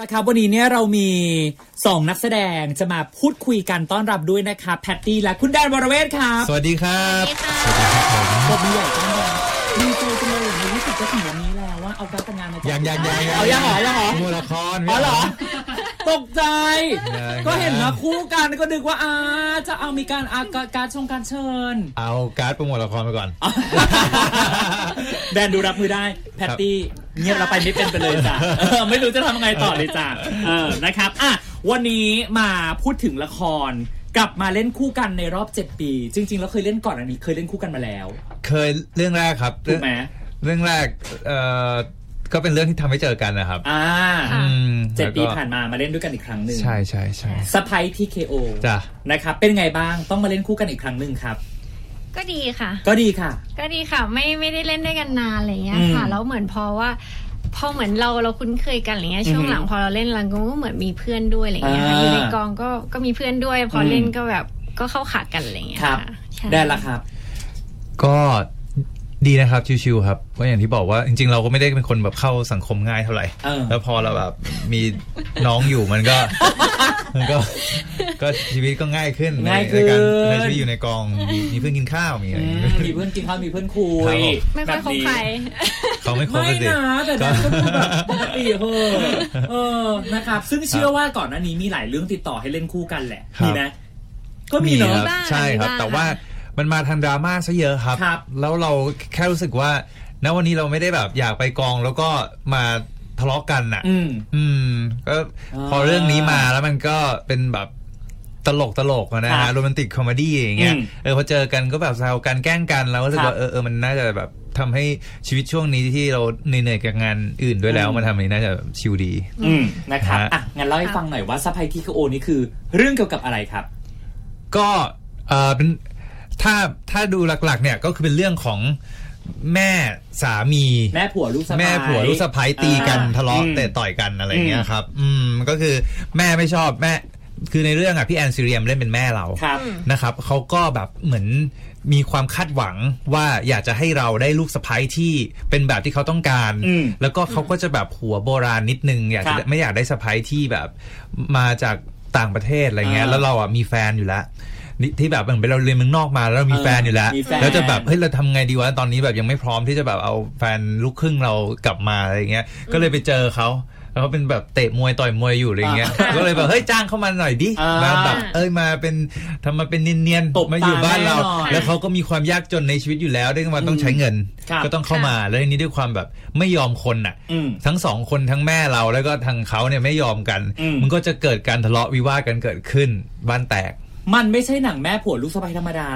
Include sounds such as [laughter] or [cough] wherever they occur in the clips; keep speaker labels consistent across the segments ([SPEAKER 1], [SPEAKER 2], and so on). [SPEAKER 1] ละครับ วันนี้เนี่ยเรามี 2 นักแสดงจะมาพูดคุยกันต้อนรับด้วยนะครับแพตตี้และคุณแดนวรเวทครับ
[SPEAKER 2] สวัสดีครับ
[SPEAKER 1] ขอบคุณใหญ่จังเลยดีใจจังเลยในรู้สึกจะถึงวันนี้แล้วว่าเอาการแต่งงานมาจาก
[SPEAKER 2] ยังยังยัง
[SPEAKER 1] เอายังเหรอยังเหรอ
[SPEAKER 2] มัวละคร
[SPEAKER 1] อ๋อเหรอตกใจ
[SPEAKER 2] ยัง
[SPEAKER 1] ก็เห็น
[SPEAKER 2] ยั
[SPEAKER 1] มาง คู่กันก็นึกว่าอาจะเอามีการอาการชงการเชิญ
[SPEAKER 2] เอาการ์ดโปรโมทละครไปก่อน
[SPEAKER 1] [laughs] แดนดูรับมือได้ แพตตี้เงียบเราไปไม่เป็นไปเลย
[SPEAKER 3] [laughs]
[SPEAKER 1] จ้ะเออไม่รู้จะทำยังไงต่อเลยจ้ะเออนะครับอ่ะวันนี้มาพูดถึงละคร กลับมาเล่นคู่กันในรอบ 7 ปี จริง ๆ แล้วเคยเล่นก่อนอันนี้เคยเล่นคู่กันมาแล้ว
[SPEAKER 2] เคยเรื่องแรกครับ
[SPEAKER 1] ถูกไหม
[SPEAKER 2] เรื่องแรกเอ่อก็เป็นเรื่องที่ทำให้เจอกันนะครับ
[SPEAKER 1] อ่า
[SPEAKER 2] อืม
[SPEAKER 1] เจ็ด
[SPEAKER 2] แล้วก็
[SPEAKER 1] ปีผ่านมามาเล่นด้วยกันอีกครั้งหนึ่ง
[SPEAKER 2] ใช่ใช่ใช่
[SPEAKER 1] สไปที่เคโอ
[SPEAKER 2] จ้ะ
[SPEAKER 1] นะครับเป็นไงบ้างต้องมาเล่นคู่กันอีกครั้งหนึ่งครับ
[SPEAKER 3] ก็ดีค่ะ
[SPEAKER 1] ก็ดีค่ะ
[SPEAKER 3] ก็ดีค่ะ ไม่ไม่ได้เล่นด้วยกันนานอะไรเงี้ยค่ะ
[SPEAKER 1] อืม
[SPEAKER 3] แล้วเหมือนพอว่า พอเหมือนเราเราคุ้นเคยกันอะไรเงี้ยช่ว
[SPEAKER 1] อือ
[SPEAKER 3] ง
[SPEAKER 1] ฮึ
[SPEAKER 3] หลังพอเราเล่นลังก็เหมือนมีเพื่อนด้วยอะไรเงี้ยค่ะ
[SPEAKER 1] อ่า
[SPEAKER 3] อยู่ในกองก็ก็มีเพื่อนด้วย พออ
[SPEAKER 1] ม
[SPEAKER 3] เล่นก็แบบก็เข้าขากันอะไรเงี้ย
[SPEAKER 1] ครับ
[SPEAKER 3] ค่ะใช่
[SPEAKER 1] แดนละครับ
[SPEAKER 2] ก็ดีนะครับชิวๆครับก็อย่างที่บอกว่าจริง ๆ เราก็ไม่ได้เป็นคนแบบเข้าสังคมง่ายเท่าไหร่
[SPEAKER 1] เออ
[SPEAKER 2] แล้วพอเราแบบมีน้องอยู่มันก็
[SPEAKER 1] [laughs]
[SPEAKER 2] มันก็ก็ชีวิตก็ง่ายขึ้นใน
[SPEAKER 1] ง่ายขึ้
[SPEAKER 2] ใน
[SPEAKER 1] น
[SPEAKER 2] การในชีวิตอยู่ในกองมีมีเพื่อนกินข้าวมีอะไรอย่างเงี้ย
[SPEAKER 1] มีเพื่อนกินข้าวมีเพื่อนคุ
[SPEAKER 2] ครั
[SPEAKER 1] ย
[SPEAKER 2] บผม
[SPEAKER 3] ไม่ค่อยคบ
[SPEAKER 1] นี้
[SPEAKER 3] ใคร
[SPEAKER 2] เขาไม่ครบ
[SPEAKER 1] ไม่
[SPEAKER 2] กันสิ
[SPEAKER 1] นะแต่นั่นก็ดูแบบปกติเหอะเออนะครับ ซึ่งเชื่อว่าก่อนหน้านี้มีหลายเรื่องติดต่อให้เล่นคู่กันแหละ
[SPEAKER 2] ครับ
[SPEAKER 1] มีไหมก็มีเนาะ
[SPEAKER 2] ครับ
[SPEAKER 3] บ้าง
[SPEAKER 2] ใช่ครับ
[SPEAKER 3] มีบ้าง
[SPEAKER 2] แต่ว่ามันมาทางดราม่าซะเยอะครับ
[SPEAKER 1] ครับ
[SPEAKER 2] แล้วเราแค่รู้สึกว่าณวันนี้เราไม่ได้แบบอยากไปกองแล้วก็มาทะเลาะกันน่ะ
[SPEAKER 1] อืม
[SPEAKER 2] อืม ก็พอ
[SPEAKER 1] อ่า
[SPEAKER 2] เรื่องนี้มาแล้วมันก็เป็นแบบตลกตลกอะนะ
[SPEAKER 1] ครั
[SPEAKER 2] ฮะ
[SPEAKER 1] บ
[SPEAKER 2] โรแมนติกคอมเมดี้อย่างเงี้ย
[SPEAKER 1] อืม
[SPEAKER 2] เออพอเจอกันก็แบบแซวกันแกล้งกันเราก็รู้สึก
[SPEAKER 1] ครับ
[SPEAKER 2] ว่าเออเออมันน่าจะแบบทำให้ชีวิตช่วงนี้ที่เราเหนื่อยๆกับงานอื่นด้วยแล้ว
[SPEAKER 1] อืม
[SPEAKER 2] มันทำให้น่าจะชิลดี
[SPEAKER 1] อืมนะครับ
[SPEAKER 2] ฮะ
[SPEAKER 1] อ่ะงั้นเล่าให้ฟังหน่อยว่าซัพพลายที่คโอนี่คือ เรื่องเกี่ยวกับอะไรครับ
[SPEAKER 2] ก็เออเป็นถ้าถ้าดูหลักๆ เนี่ยก็คือเป็นเรื่องของแม่สามี
[SPEAKER 1] แม่ผัวลูกสะใภ้
[SPEAKER 2] แม่ผัวลูกสะพ้ยตีกัน
[SPEAKER 1] อ่า
[SPEAKER 2] ทะเลาะ
[SPEAKER 1] อืม
[SPEAKER 2] เตะต่อยกันอะไรอย่างเงี้ยครับ อืมก็คือแม่ไม่ชอบแม่ คือในเรื่องอ่ะพี่แอนซีเรียมเล่นเป็นแม่เรา
[SPEAKER 1] ครับ
[SPEAKER 2] นะครับเขาก็แบบเหมือนมีความคาดหวังว่าอยากจะให้เราได้ลูกสะพ้ยที่เป็นแบบที่เขาต้องการ
[SPEAKER 1] อืม
[SPEAKER 2] แล้วก็เขาก็จะแบบหัวโบราณนิดนึงอยาก
[SPEAKER 1] ครั
[SPEAKER 2] จะ
[SPEAKER 1] บ
[SPEAKER 2] ไม่อยากได้สะพ้ยที่แบบมาจากต่างประเทศอะไรเงี้ย
[SPEAKER 1] อ่า
[SPEAKER 2] แล้วเราอ่ะมีแฟนอยู่แล้วนี่ที่แบบเหมือนเราเรียนเมืองนอกมาแล้วเรามีแฟนอยู่แล้ว
[SPEAKER 1] มีแฟน
[SPEAKER 2] แล้วจะแบบ เฮ้ยเราทำไงดีวะตอนนี้แบบยังไม่พร้อมที่จะแบบเอาแฟนลูกครึ่งเรากลับมาอะไรเงี้ย ก็เลยไปเจอเขาแล้วเขาเป็นแบบเตะมวยต่อยมวยอยู่อะไรเงี้ยก็เลยแบบเฮ้ยจ้างเข้ามาหน่อยดิ
[SPEAKER 1] อ่าม
[SPEAKER 2] มาแบบเอ้ยมาเป็นทำมาเป็นเนียน
[SPEAKER 1] ตบตา
[SPEAKER 2] มาอยู่บ้านเรา
[SPEAKER 1] แน่นอน
[SPEAKER 2] แล้วเขาก็มีความยากจนในชีวิตอยู่แล้วด้วยมาต้องใช้เงิน
[SPEAKER 1] ครับ
[SPEAKER 2] ก็ต้องเข้ามาแล้วทีนี้ด้วยความแบบไม่ยอมคนอ่ะ
[SPEAKER 1] อืม
[SPEAKER 2] ทั้งสองคนทั้งแม่เราแล้วก็ทางเขาเนี่ยไม่ยอมกัน
[SPEAKER 1] อืม
[SPEAKER 2] นก็จะเกิดการทะเลาะวิวาทกันเกิดขึ้นบ้านแตก
[SPEAKER 1] มันไม่ใช่หนังแม่ผัวลูกสะใภ้ธรรมดา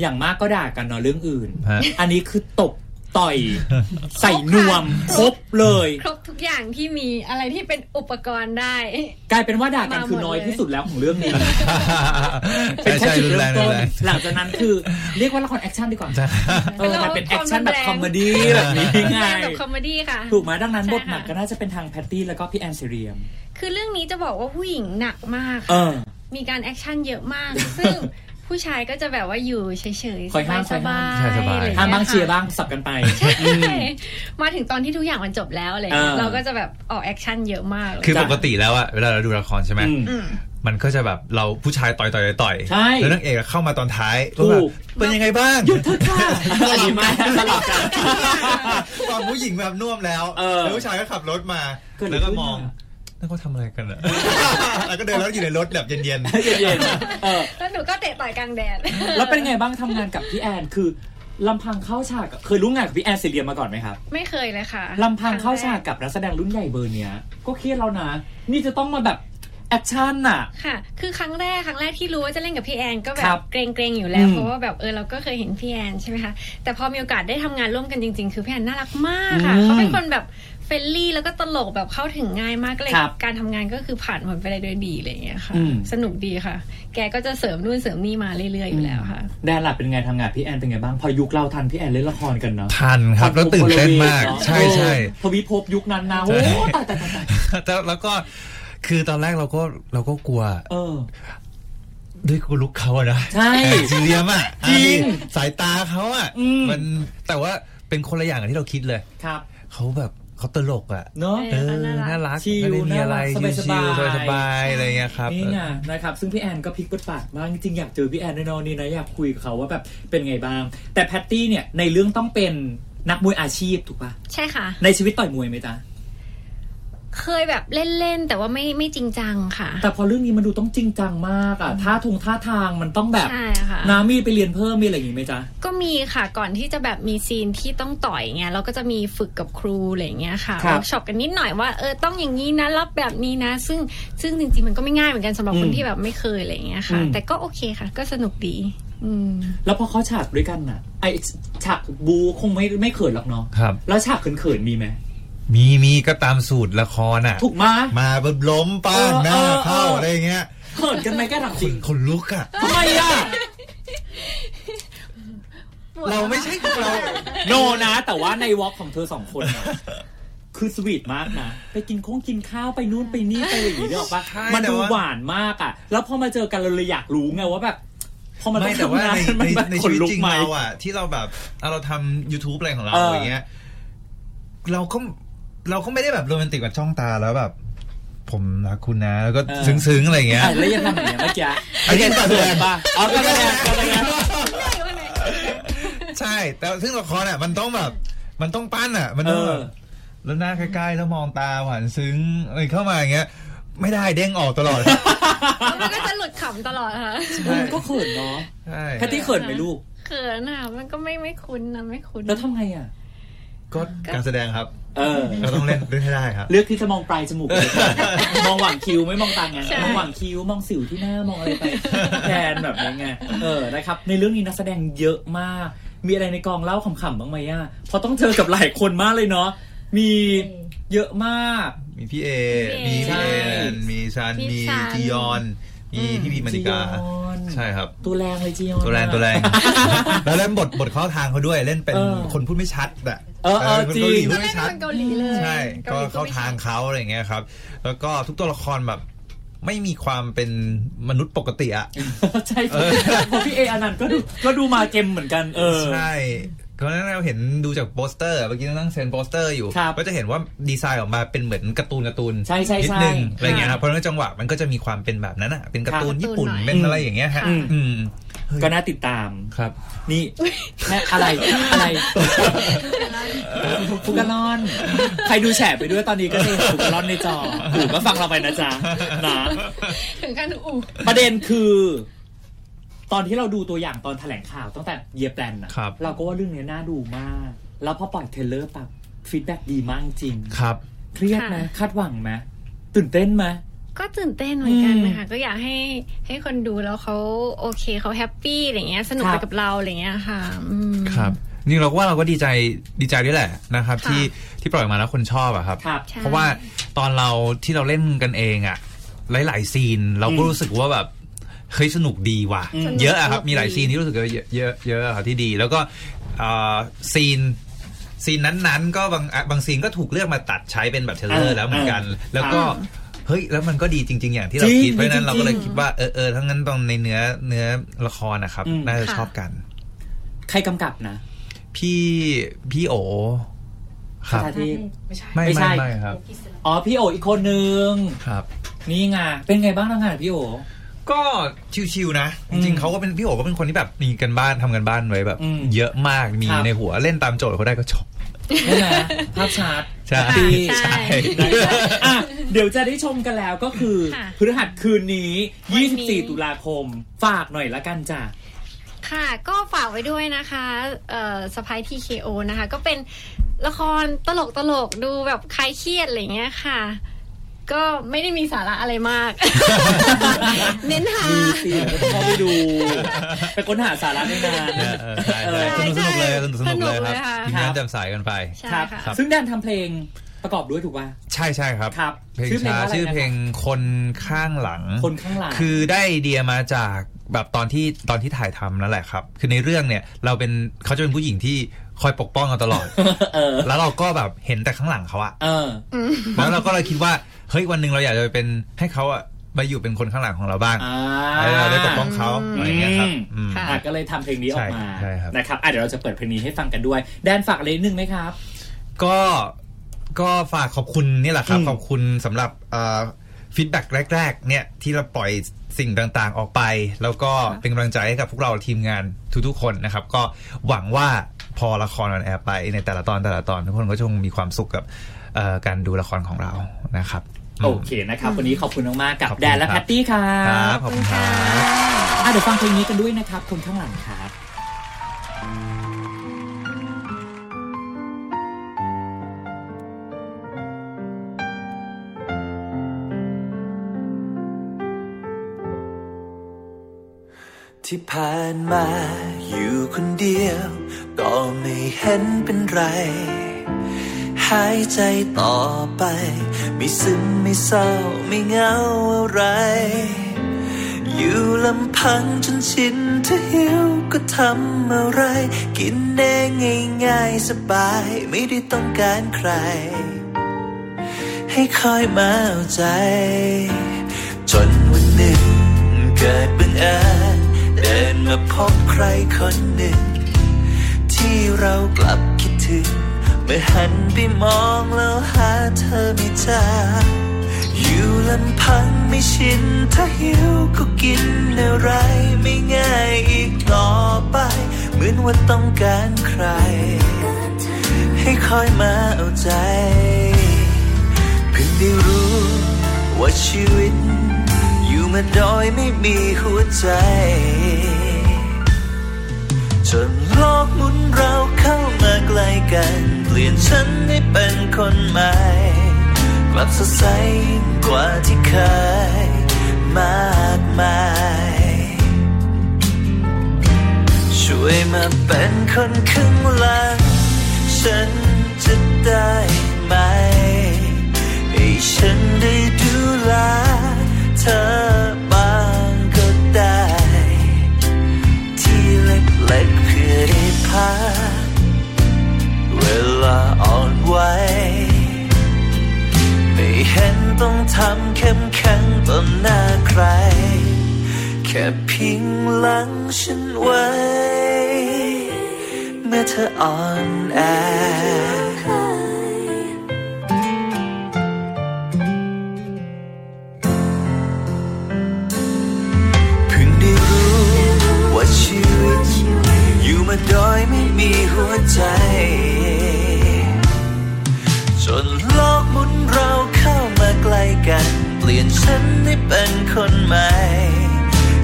[SPEAKER 1] อย่างมากก็ด่ากันเนาะเรื่องอื่น [laughs]
[SPEAKER 2] ฮะ
[SPEAKER 1] อันนี้คือตบต่อยใส่นวมครบเลย
[SPEAKER 3] ครบทุกอย่างที่มีอะไรที่เป็นอุปกรณ์ได้
[SPEAKER 1] กลายเป็นว่าด่ากัน
[SPEAKER 3] มาหมด
[SPEAKER 1] คือน้อยที่สุดแล้วของเรื่องนี้ เป็น
[SPEAKER 2] ใช่
[SPEAKER 1] แค่
[SPEAKER 2] ใช่
[SPEAKER 1] จุด
[SPEAKER 2] รุน
[SPEAKER 1] เริ่ม
[SPEAKER 2] แรง
[SPEAKER 1] ต้
[SPEAKER 2] รุ
[SPEAKER 1] น
[SPEAKER 2] นแรง
[SPEAKER 1] หลังจากนั้นคือเรียกว่าละครแอคชั่นดีกว่า
[SPEAKER 2] ใช่
[SPEAKER 1] เออมันเป็นแอ
[SPEAKER 3] เรา
[SPEAKER 1] คชั่นแบบค
[SPEAKER 3] ค
[SPEAKER 1] อ
[SPEAKER 3] อ
[SPEAKER 1] ม
[SPEAKER 3] ม
[SPEAKER 1] เม
[SPEAKER 3] เมดี้
[SPEAKER 1] ดี้แบบนี้ไง
[SPEAKER 3] แม่แบบคอมเมดี้ค่ะ
[SPEAKER 1] ถูกไหมดังนั้น
[SPEAKER 3] ใช่
[SPEAKER 1] บ
[SPEAKER 3] ค่ะ
[SPEAKER 1] ทหนักก็น่าจะเป็นทางแพตตี้แล้วก็พี่แอนซีเรียม
[SPEAKER 3] คือเรื่องนี้จะบอกว่าผู้หญิงหนักมากค่ะ
[SPEAKER 1] เออ
[SPEAKER 3] มีการแอคชั่นเยอะมาก ซึ่งผู้ชายก็จะแบบว่าอยู่เฉยๆ
[SPEAKER 1] คอยห้ามค
[SPEAKER 3] ส
[SPEAKER 1] อยห้า
[SPEAKER 3] บาม ย
[SPEAKER 2] ใช่
[SPEAKER 3] ๆ
[SPEAKER 2] สบาย
[SPEAKER 3] อะไรอย่
[SPEAKER 1] ห้าม
[SPEAKER 3] ย
[SPEAKER 1] บ้าง
[SPEAKER 3] ค่ะ
[SPEAKER 1] เชียร์บ้างสับกันไปอืม
[SPEAKER 3] ใช่มาถึงตอนที่ทุกอย่างมันจบแล้วอะไรอย่างเลย
[SPEAKER 1] อ่า
[SPEAKER 3] เราก็จะแบบออกแอคชั่นเยอะมากเล
[SPEAKER 2] [laughs]
[SPEAKER 3] ย
[SPEAKER 2] คือ
[SPEAKER 1] จ้ะ
[SPEAKER 2] ปกติแล้วอะเวลาเราดูละครใช่ไหม
[SPEAKER 1] อืม
[SPEAKER 3] อืม
[SPEAKER 2] มันก็จะแบบเราผู้ชายต่อยต่อยต่อย
[SPEAKER 1] ใช่
[SPEAKER 2] แล้วนางเอกเข้ามาตอนท้าย
[SPEAKER 1] ถูก
[SPEAKER 2] ว่าแบบเป็นยังไงบ้าง
[SPEAKER 1] อันนี้ไมาสลับกัน
[SPEAKER 2] [laughs] ตอนผู้หญิงแบบน่วมแล้ว
[SPEAKER 1] เออ
[SPEAKER 2] แล้วผู้ชายก็ขับรถมา
[SPEAKER 1] เกิดอะไร
[SPEAKER 2] แล้วก็
[SPEAKER 1] ขึ้น
[SPEAKER 2] มอง
[SPEAKER 1] อะ
[SPEAKER 2] นั่นเขาทำอะไรกันอะ [laughs] แล้วก็เดินแล้วอยู่ในรถแบบเย็น
[SPEAKER 1] เย็นๆเออ
[SPEAKER 3] แล้วหนูก็เตะต่อยกลางแดด
[SPEAKER 1] แล้วเป็นไงบ้างทำงานกับพี่แอนคือลำพังเข้าฉากกับเคยรู้งานกับพี่แอนซีเรียมมาก่อนไหมครับ
[SPEAKER 3] [laughs] ไม่เคยเลยค่ะ
[SPEAKER 1] ลำพังเข้าฉาก
[SPEAKER 3] ครั้งแร
[SPEAKER 1] กับนักแสดงรุ่นใหญ่เบอร์เนี้ย ก็เครียดแล้วนะ นี่จะต้องมาแบบ แอคชั่นน่ะ
[SPEAKER 3] กค่ะ คือครั้งแรกครั้งแรกที่รู้ว่าจะเล่นกับพี่แอนก็แบ
[SPEAKER 1] ครับ บ
[SPEAKER 3] เกรงๆอยู่แล้ว
[SPEAKER 1] อืม
[SPEAKER 3] เพราะว่าแบบเออเราก็เคยเห็นพี่แอนใช่ไหมคะแต่พอมีโอกาสได้ทำงานร่วมกันจริง ๆ คือพี่แอนน่ารักมากค่ะ
[SPEAKER 1] อืม
[SPEAKER 3] เขาเป็นคนแบบเฟรนลี่แล้วก็ตลกแบบเข้าถึงง่ายมากก็เลย
[SPEAKER 1] ครับ
[SPEAKER 3] การทำงานก็คือผ่านผลไปได้ด้วยดีอะไรอย่างเงี้ยค่ะ
[SPEAKER 1] อืม
[SPEAKER 3] สนุกดีค่ะ แกก็จะเสริมนู่นเสริมนี่มาเรื่อยๆอยู่แล้วค่ะ
[SPEAKER 1] แดนหลับเป็นไงทำงานพี่แอนเป็นไงบ้าง พอยุคเราทันพี่แอนเล่นละครกันเนาะ
[SPEAKER 2] ๆทันครับแล้วตื่นเต้นมาก
[SPEAKER 1] เอะ
[SPEAKER 2] ใช่ใช่
[SPEAKER 1] ทวิภพยุคนั้นนะโอ้ตายตายตายตาย
[SPEAKER 2] แล้วแล้วก็คือตอนแรกเราก็เราก็กลัว
[SPEAKER 1] เออ
[SPEAKER 2] ด้วยลุกเขาอะนะ
[SPEAKER 1] ใช่
[SPEAKER 2] ไอ้จีเรียมอ่ะ
[SPEAKER 1] จริง
[SPEAKER 2] อ่ะสายตาเขาอ่ะ
[SPEAKER 1] อืม
[SPEAKER 2] มันแต่ว่าเป็นคนละอย่างกับที่เราคิดเลย
[SPEAKER 1] ครับ
[SPEAKER 2] เขาแบบ เขาตลกอ่ะ
[SPEAKER 1] เนาะ
[SPEAKER 3] เออ
[SPEAKER 2] เออ
[SPEAKER 3] น่ารัก
[SPEAKER 2] น่ารัก
[SPEAKER 1] ชิล
[SPEAKER 2] ไม่ได้มีอะไร
[SPEAKER 1] น่ารัก
[SPEAKER 2] ชิวๆ
[SPEAKER 1] สบายๆ
[SPEAKER 2] สบายๆอะไรเงี้ยครับ
[SPEAKER 1] นี่ไงนะครับ ซึ่งพี่แอนก็พลิกบทบาทมากจริงๆอยากเจอพี่แอนแน่นอนนี่นะอยากคุยกับเขาว่าแบบเป็นไงบ้าง แต่แพตตี้เนี่ยในเรื่องต้องเป็นนักมวยอาชีพถูกปะ
[SPEAKER 3] ใช่ค่ะ
[SPEAKER 1] ในชีวิตต่อยมวยไหมจ๊ะ
[SPEAKER 3] เคยแบบเล่น ๆ แต่ว่าไม่ไม่จริงจังค่ะ
[SPEAKER 1] แต่พอเรื่องนี้มันดูต้องจริงจังมากอะท่าทงท่าทางมันต้องแบบ
[SPEAKER 3] ใช่ค่ะ
[SPEAKER 1] นามีไปเรียนเพิ่มมีอะไรอย่างงี้ไหมจ๊ะ
[SPEAKER 3] ก็มีค่ะก่อนที่จะแบบมีซีนที่ต้องต่อยเงี้ยเราก็จะมีฝึกกับครูอะไรอย่างเงี้ยค่ะ
[SPEAKER 1] ครับ
[SPEAKER 3] เวิร์กช็อปกันนิดหน่อยว่าเออต้องอย่างนี้นะรับแบบนี้นะ ซึ่งซึ่งจริงๆมันก็ไม่ง่ายเหมือนกันสำหรับคน
[SPEAKER 1] อืม
[SPEAKER 3] ที่แบบไม่เคยอะไรอย่างเงี้ยค่ะ
[SPEAKER 1] อืม
[SPEAKER 3] แต่ก็โอเคค่ะ ก็สนุกดี อืม
[SPEAKER 1] แล้วพอเขาฉากด้วยกันน่ะไอฉากบูคงไม่ไม่เขินหรอกเนาะ
[SPEAKER 2] ครับ
[SPEAKER 1] แล้วฉากเขินๆมีไหม
[SPEAKER 2] มีมีก็ตามสูตรละครอ่ะ
[SPEAKER 1] ถูกมา
[SPEAKER 2] มาบนล้มป้านหน้า
[SPEAKER 1] เออเออ
[SPEAKER 2] เข้า
[SPEAKER 1] เอออ
[SPEAKER 2] อะไรเงี้ย
[SPEAKER 1] เขินกันไหมแกถามจ
[SPEAKER 2] [laughs]
[SPEAKER 1] ริง
[SPEAKER 2] คนลุกอ่ะ
[SPEAKER 1] ทำไมอะ
[SPEAKER 2] เราไม่ใช่เรา
[SPEAKER 1] โนนะแต่ว่าในวอล์กของเธอสองคนน่ะคือสวีทมากนะ ไปกินคงกินข้าวไปนู่นไปนี่ไปอะไรอย่างงี้ได้หรอกปะ
[SPEAKER 2] ใช่
[SPEAKER 1] มันดู
[SPEAKER 2] แต่ว่า
[SPEAKER 1] หวานมากอะแล้วพอมาเจอกันเราเลยอยากรู้ไงว่าแบบพอมัน
[SPEAKER 2] ไม่แต่ว่าใน
[SPEAKER 1] มั
[SPEAKER 2] ใน
[SPEAKER 1] แบบ
[SPEAKER 2] ใน
[SPEAKER 1] ขน
[SPEAKER 2] ชีวิต
[SPEAKER 1] ลุก
[SPEAKER 2] จริง
[SPEAKER 1] ไหม
[SPEAKER 2] เราอ่ะ ที่เราแบบเอาเราทำ YouTube อะไรของเรา
[SPEAKER 1] เอออ
[SPEAKER 2] อย่างเงี้ยเราก็เราก็ไม่ได้แบบโรแมนติกแบบช่องตาแล้วแบบ ผมรักคุณนะ แล้วก็ซึ้งๆอะไรเงี้ย
[SPEAKER 1] อ่ะแล้วยังทำอย่างเงี้ยเมื่อกี้
[SPEAKER 2] อันนี้การแสดง
[SPEAKER 1] ป่ะอ๋อการแสดงการแสดง
[SPEAKER 2] ใช่ แต่ซึ่งละครอ่ะ มันต้องแบบ มันต้องปั้นอ่ะ มันต้องแบบ
[SPEAKER 1] เออ
[SPEAKER 2] แล้วหน้าใกล้ๆแล้วมองตาหวานซึ้งอะไรเข้ามาอย่างเงี้ย ไม่ได้เด้งออกตลอด
[SPEAKER 3] มันก็จะหลุดขำตลอดค่ะ
[SPEAKER 1] เออก็เขินเนาะ
[SPEAKER 2] ใช่
[SPEAKER 1] แพตตี้เขินไหมลูก
[SPEAKER 3] เขินอ่ะมันก็ไม่ไม่คุ้นนะไม่คุ้น
[SPEAKER 1] แล้วทำไงอ่ะ
[SPEAKER 2] ก็การแสดงครับ
[SPEAKER 1] เออ
[SPEAKER 2] เราต้องเล่นเล่นให้ได้ครับ
[SPEAKER 1] เลือกที่จะม [laughs] องปลายจมูกไปก่อนมองหว่างคิ้วไม่มองตาไง
[SPEAKER 3] ใช่
[SPEAKER 1] มองหว่างคิ้วมองสิวที่หน้ามองอะไรไปแทนแบบนี้ไงเออนะครับ ในเรื่องนี้นักแสดงเยอะมาก มีอะไรในกองเล่าขำๆบ้างไหมอ่ะเพราะต้องเจอกับหลายคนมากเลยเนาะมีเยอะมาก
[SPEAKER 2] มีพี่เอมี
[SPEAKER 3] พี่เอ
[SPEAKER 2] พี่เอมีซัน
[SPEAKER 3] พี่
[SPEAKER 2] มี
[SPEAKER 3] ซัน
[SPEAKER 2] จียอน มีพี่พีมาริกา
[SPEAKER 1] จียอน
[SPEAKER 2] ใช่ครับ
[SPEAKER 1] ตัวแรงเลยจียอน
[SPEAKER 2] ตัวแรงตัวแรง แล้วเล่นบทบทเข้าทางเขาด้วย เล่นเป็น
[SPEAKER 1] เออ
[SPEAKER 2] คนพูดไม่ชัดอะ
[SPEAKER 1] เออเออ
[SPEAKER 2] ป็นคน
[SPEAKER 1] จริง
[SPEAKER 2] เกาหลีพูดไม่
[SPEAKER 3] ไม่เป็
[SPEAKER 2] ชัด
[SPEAKER 3] นเกาหลีเลย
[SPEAKER 2] ใช่ ก็
[SPEAKER 3] หลี
[SPEAKER 2] เข้าทางเขาอะไรอย่างเงี้ยครับ แล้วก็ทุกตัวละครแบบ ไม่มีความเป็นมนุษย์ปกติอะ
[SPEAKER 1] ใช่ [laughs]
[SPEAKER 2] เออ
[SPEAKER 1] เพราะพี่เออนันต์ก็ดูก็ดูมาเกมเหมือนกันเออ
[SPEAKER 2] ใช่เพราะฉะนั้นเราเห็นดูจากโปสเตอร์อะเมื่อกี้นั่งเซ็นโปสเตอร์อยู่
[SPEAKER 1] ครับ
[SPEAKER 2] ก็จะเห็นว่าดีไซน์ออกมาเป็นเหมือนการ์ตูนการ์ตูน
[SPEAKER 1] ใช่ใช่
[SPEAKER 2] นิด
[SPEAKER 1] ใช่
[SPEAKER 2] นึงอะไรอย่างเงี้ยครับเพราะฉะนั้นจังหวะมันก็จะมีความเป็นแบบนั้นอ่ะเป็นการ์ตูนญี่ปุ่น
[SPEAKER 1] การ์ตูนหน่อย
[SPEAKER 2] เป็นอะไรอย่างเงี้ยฮะ
[SPEAKER 1] อืม
[SPEAKER 2] อืม
[SPEAKER 1] ก็น่าติดตาม
[SPEAKER 2] ครับ
[SPEAKER 1] นี่แม่อะไรอะไรฟุกกะลอน ใครดูแฉไปด้วยตอนนี้ก็จะเห็นฟุกกะลอนในจอหูก็ฟังเราไปนะจ๊ะนะ
[SPEAKER 3] ถึงขั้นอู้
[SPEAKER 1] ประเด็นคือ ตอนที่เราดูตัวอย่างตอนแถลงข่าวตั้งแต่เยียแปลนนะครับ เราก็ว่าเรื่องนี้น่าดูมาก แล้วพอปล่อยเทรลเลอร์ปั๊บฟีดแบ็กดีมากจริง
[SPEAKER 2] ครับ
[SPEAKER 1] เครียดไหม
[SPEAKER 3] ค่ะ
[SPEAKER 1] คาดหวังไหมตื่นเต้นไหม
[SPEAKER 3] ก็ตื่นเต้นเหมือนกัน
[SPEAKER 1] อืม
[SPEAKER 3] นะคะก็อยากให้ให้คนดูแล้วเขาโอเคเขาแฮปปี้อะไรเงี้ยสนุกไป
[SPEAKER 1] ครับ
[SPEAKER 3] กับเราอะไรเงี้ยค่ะอืม
[SPEAKER 2] ครับจริงเราก็ว่าเราก็ดีใจดีใจด้วยแหละนะครับ
[SPEAKER 3] ค่ะ
[SPEAKER 2] ที่ที่ปล่อยมาแล้วคนชอบอะครับ
[SPEAKER 1] ครับ
[SPEAKER 3] ใช่
[SPEAKER 2] เพราะว่าตอนเราที่เราเล่นกันเองอะหลาย ๆ ซีนเราก็
[SPEAKER 1] อืม
[SPEAKER 2] รู้สึกว่าแบบเฮ้ยสนุกดีว่ะ
[SPEAKER 1] อืม
[SPEAKER 2] เยอะอะครับ
[SPEAKER 3] สนุกดี
[SPEAKER 2] มีหลายซีนที่รู้สึกว่าเยอะเยอะเยอะอะครับที่ดี แล้วก็เอ่อซีนซีนนั้นๆ ก็บางอ่ะบางซีนก็ถูกเลือกมาตัดใช้เป็นแบบเทรลเลอ
[SPEAKER 1] เอ
[SPEAKER 2] ร์
[SPEAKER 1] อ
[SPEAKER 2] แล้วเหมือนกัน
[SPEAKER 1] เออ
[SPEAKER 2] แล้วก็เฮ้ยแล้วมันก็ดีจริง ๆ อย่างที่เรา
[SPEAKER 1] จริง
[SPEAKER 2] คิดเพราะฉะนั้นเราก็เลย
[SPEAKER 1] จริงๆ
[SPEAKER 2] คิดว่าเออเออทั้างนั้นตรงในเนื้อเนื้อละครนะครับ
[SPEAKER 1] อืม
[SPEAKER 2] น่าจะชอบกัน
[SPEAKER 1] ใครกำกับนะ
[SPEAKER 2] พี่พี่โอครับ
[SPEAKER 1] คาเทพ
[SPEAKER 2] ไม่
[SPEAKER 1] ไม่ใช่
[SPEAKER 2] ไม่ไม่ครับ
[SPEAKER 1] อ๋อพี่โออีกคนนึง
[SPEAKER 2] ครับ
[SPEAKER 1] นี่ไงเป็นไงบ้างทำงานกับพี่โอ ก็
[SPEAKER 2] ชิวๆนะ
[SPEAKER 1] อืม
[SPEAKER 2] จริงๆเขาก็เป็นพี่โอก็เป็นคนที่แบบมีกันบ้านทำกันบ้านไว้แบบ
[SPEAKER 1] อืม
[SPEAKER 2] เยอะมากมี
[SPEAKER 1] ครับ
[SPEAKER 2] ในหัวเล่นตามโจทย์เขาได้ก็จบ
[SPEAKER 1] นี่ไงภาพชาร์ต
[SPEAKER 2] ใช่
[SPEAKER 1] ดี
[SPEAKER 3] ใช่
[SPEAKER 1] นะครับอ่ะเดี๋ยวจะได้ชมกันแล้วก็คือ
[SPEAKER 3] ค่ะ
[SPEAKER 1] พฤหัสคืนนี้
[SPEAKER 3] วันนี้
[SPEAKER 1] 24 ตุลาคม ฝากหน่อยละกันจ้ะ
[SPEAKER 3] ค่ะ ก็ฝากไว้ด้วยนะคะเอ่อสไปทีเคโอนะคะ ก็เป็นละครตลกตลกๆดูแบบคลายเครียดอะไรเงี้ยค่ะ ก็ไม่ได้มีสาระอะไรมาก
[SPEAKER 2] [laughs]
[SPEAKER 3] เน้นหา
[SPEAKER 1] มีสิเข้าไปดู ไปค้นหาสาระในงาน
[SPEAKER 2] เออใช่ใช่
[SPEAKER 1] เอ
[SPEAKER 2] ส
[SPEAKER 1] อ
[SPEAKER 2] นุกสนุกเลยสนุกสนุก
[SPEAKER 3] ใช่
[SPEAKER 2] เลยครับ
[SPEAKER 3] สนุกเลยค่ะ
[SPEAKER 2] ทีมงานจำสายกันไป
[SPEAKER 3] ใช่
[SPEAKER 1] ครับ
[SPEAKER 3] ค่ะ
[SPEAKER 2] รับ
[SPEAKER 1] ซึ่งแดนทำเพลงประกอบด้วยถูกป่ะ
[SPEAKER 2] ใช่ใช่ครับ
[SPEAKER 1] ครับ
[SPEAKER 2] เพลง
[SPEAKER 1] ชื่อเพลง
[SPEAKER 2] ช้า
[SPEAKER 1] ว่าอะไร
[SPEAKER 2] ชื่อเพลงคนข้างหลัง
[SPEAKER 1] คนข้างหลัง
[SPEAKER 2] คือได้ไอเดียมาจากแบบตอนที่ตอนที่ถ่ายทำนั่นแหละครับ คือในเรื่องเนี่ยเราเป็นเขาจะเป็นผู้หญิงที่คอยปกป้องเราต
[SPEAKER 1] [laughs]
[SPEAKER 2] ลอด
[SPEAKER 1] เออ
[SPEAKER 2] แล้วเราก็แบบเห็นแต่ข้างหลังเขาอะ
[SPEAKER 1] เออ
[SPEAKER 2] แล้วเราก็เลยคิดว่าเฮ้ยวันหนึ่งเราอยากจะไปเป็นให้เขาอะมาอยู่เป็นคนข้างหลังของเราบ้าง
[SPEAKER 1] อ่า
[SPEAKER 2] ให้เราได้ปกป้องเขาอะไรอย่างเงี้ยครับ
[SPEAKER 1] อืม
[SPEAKER 2] อืม
[SPEAKER 3] ค่ะ
[SPEAKER 1] อ่ะก็เลยทำเพลงนี้ออกมา
[SPEAKER 2] ใช่ครับ
[SPEAKER 1] นะครับอ่ะเดี๋ยวเราจะเปิดเพลงนี้ให้ฟังกันด้วย แดนฝากอะไรนิดนึงไหมครับ
[SPEAKER 2] ก็ ก็ฝากขอบคุณนี่แหละครับ
[SPEAKER 1] อืม
[SPEAKER 2] ขอบคุณสำหรับฟีดแบ็กแรก ๆ เนี่ยที่เราปล่อยสิ่งต่างๆออกไป แล้วก็เป็นกำลังใจให้กับพวกเราทีมงานทุกๆคนนะครับ ก็หวังว่าพอละครออนแอร์ไปในแต่ละตอนแต่ละตอน ทุกคนก็คงมีความสุขกับเอ่อการดูละครของเรานะครับ
[SPEAKER 1] โอเคนะครับ วันนี้ขอบคุณมากๆกับ
[SPEAKER 2] ขอบคุณ
[SPEAKER 1] แดนและ
[SPEAKER 2] ครับ
[SPEAKER 1] แพตตี้ครั
[SPEAKER 2] ครั
[SPEAKER 1] บบ
[SPEAKER 2] ขอบคุณครับ
[SPEAKER 1] อ่ะเดี๋ยวฟังเพลงนี้กันด้วยนะครับคนข้างหลังครับ
[SPEAKER 4] ที่ผ่านมาอยู่คนเดียว ก็ไม่เห็นเป็นไร หายใจต่อไป ไม่ซึมไม่เศร้าไม่เหงาอะไร อยู่ลำพังจนชินถ้าหิวก็ทำอะไร กินเองง่ายๆสบาย ไม่ได้ต้องการใคร ให้คอยมาเอาใจ จนวันหนึ่ง เกิดบังเอิญเดินมาพบใครคนหนึ่ง ที่เรากลับคิดถึง เมื่อหันไปมองแล้วหาเธอไม่เจออยู่ลำพังไม่ชินถ้าหิวก็กินอะไรไม่ง่ายอีกต่อไป เหมือนว่าต้องการใคร ให้คอยมาเอาใจ เพิ่งได้รู้ว่าชีวิต อยู่มาโดยไม่มีหัวใจ จนโลกหมุนเราเข้ามาใกล้กัน เปลี่ยนฉันให้เป็นคนใหม่ กลับสดใสยิ่งกว่าที่เคย มากมาย ช่วยมาเป็นคนข้างหลัง ฉันจะได้ไหม ให้ฉันได้ดูแลเธอบ้างก็ได้ ที่เล็กๆเพื่อได้พักเวลาอ่อนไหวไม่เห็นต้องทำเข้มแข็งต่อหน้าใคร แค่พิงหลังฉันไว้ เมื่อเธออ่อนแอ เพิ่งได้รู้ว่าชีวิต อยู่มาโดยไม่มีหัวใจ จนโลกหมุนเราเข้ามาใกล้กัน เปลี่ยนฉันให้เป็นคนใหม่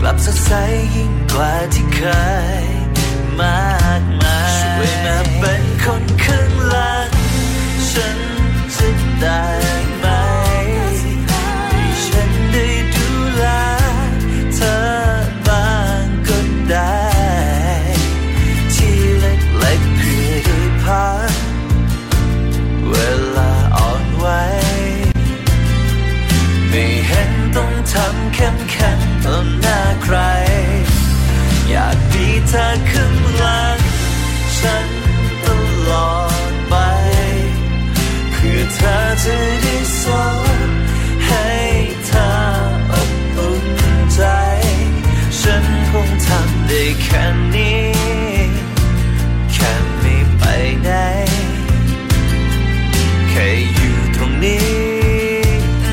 [SPEAKER 4] กลับสดใสยิ่งกว่าที่เคย มากมายช่วยมาเป็นคนข้างหลัง ฉันจะได้ไหม ให้ฉันได้ดูแลเธอบ้างก็ได้ ที่เล็กๆเพื่อได้พัก เวลาอ่อนไหวไม่เห็นต้องทำเข้มแข็งต่อหน้าใคร อยากมีเธอข้างหลัง ฉันตลอดไป เพื่อเธอจะได้สอนให้เธออบอุ่นใจ ฉันคงทำได้แค่นี้ แค่ไม่ไปไหน แค่อยู่ตรงนี้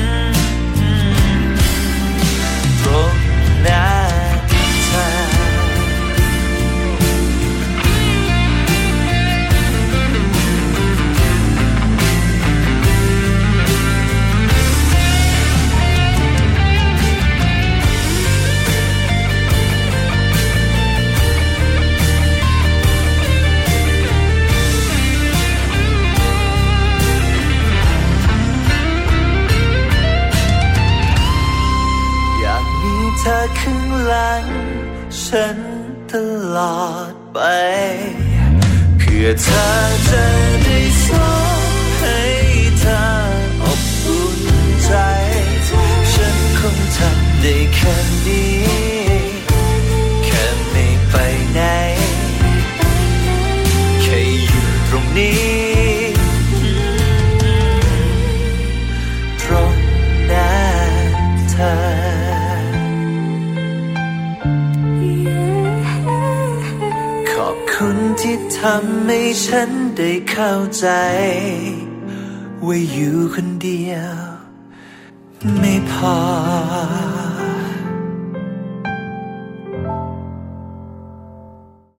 [SPEAKER 4] อืมอืมตรงหน้าเธอ อยากมีเธอข้างหลัง ฉันตลอดไป เพื่อเธอจะได้สอนให้เธออบอุ่นใจ ฉันคงทำได้แค่นี้ แค่ไม่ไปไหน แค่อยู่ตรงนี้ ตรงหน้าเธอ ขอบคุณที่ทำให้ฉันได้เข้าใจ ว่าอยู่คนเดียว ไม่พอ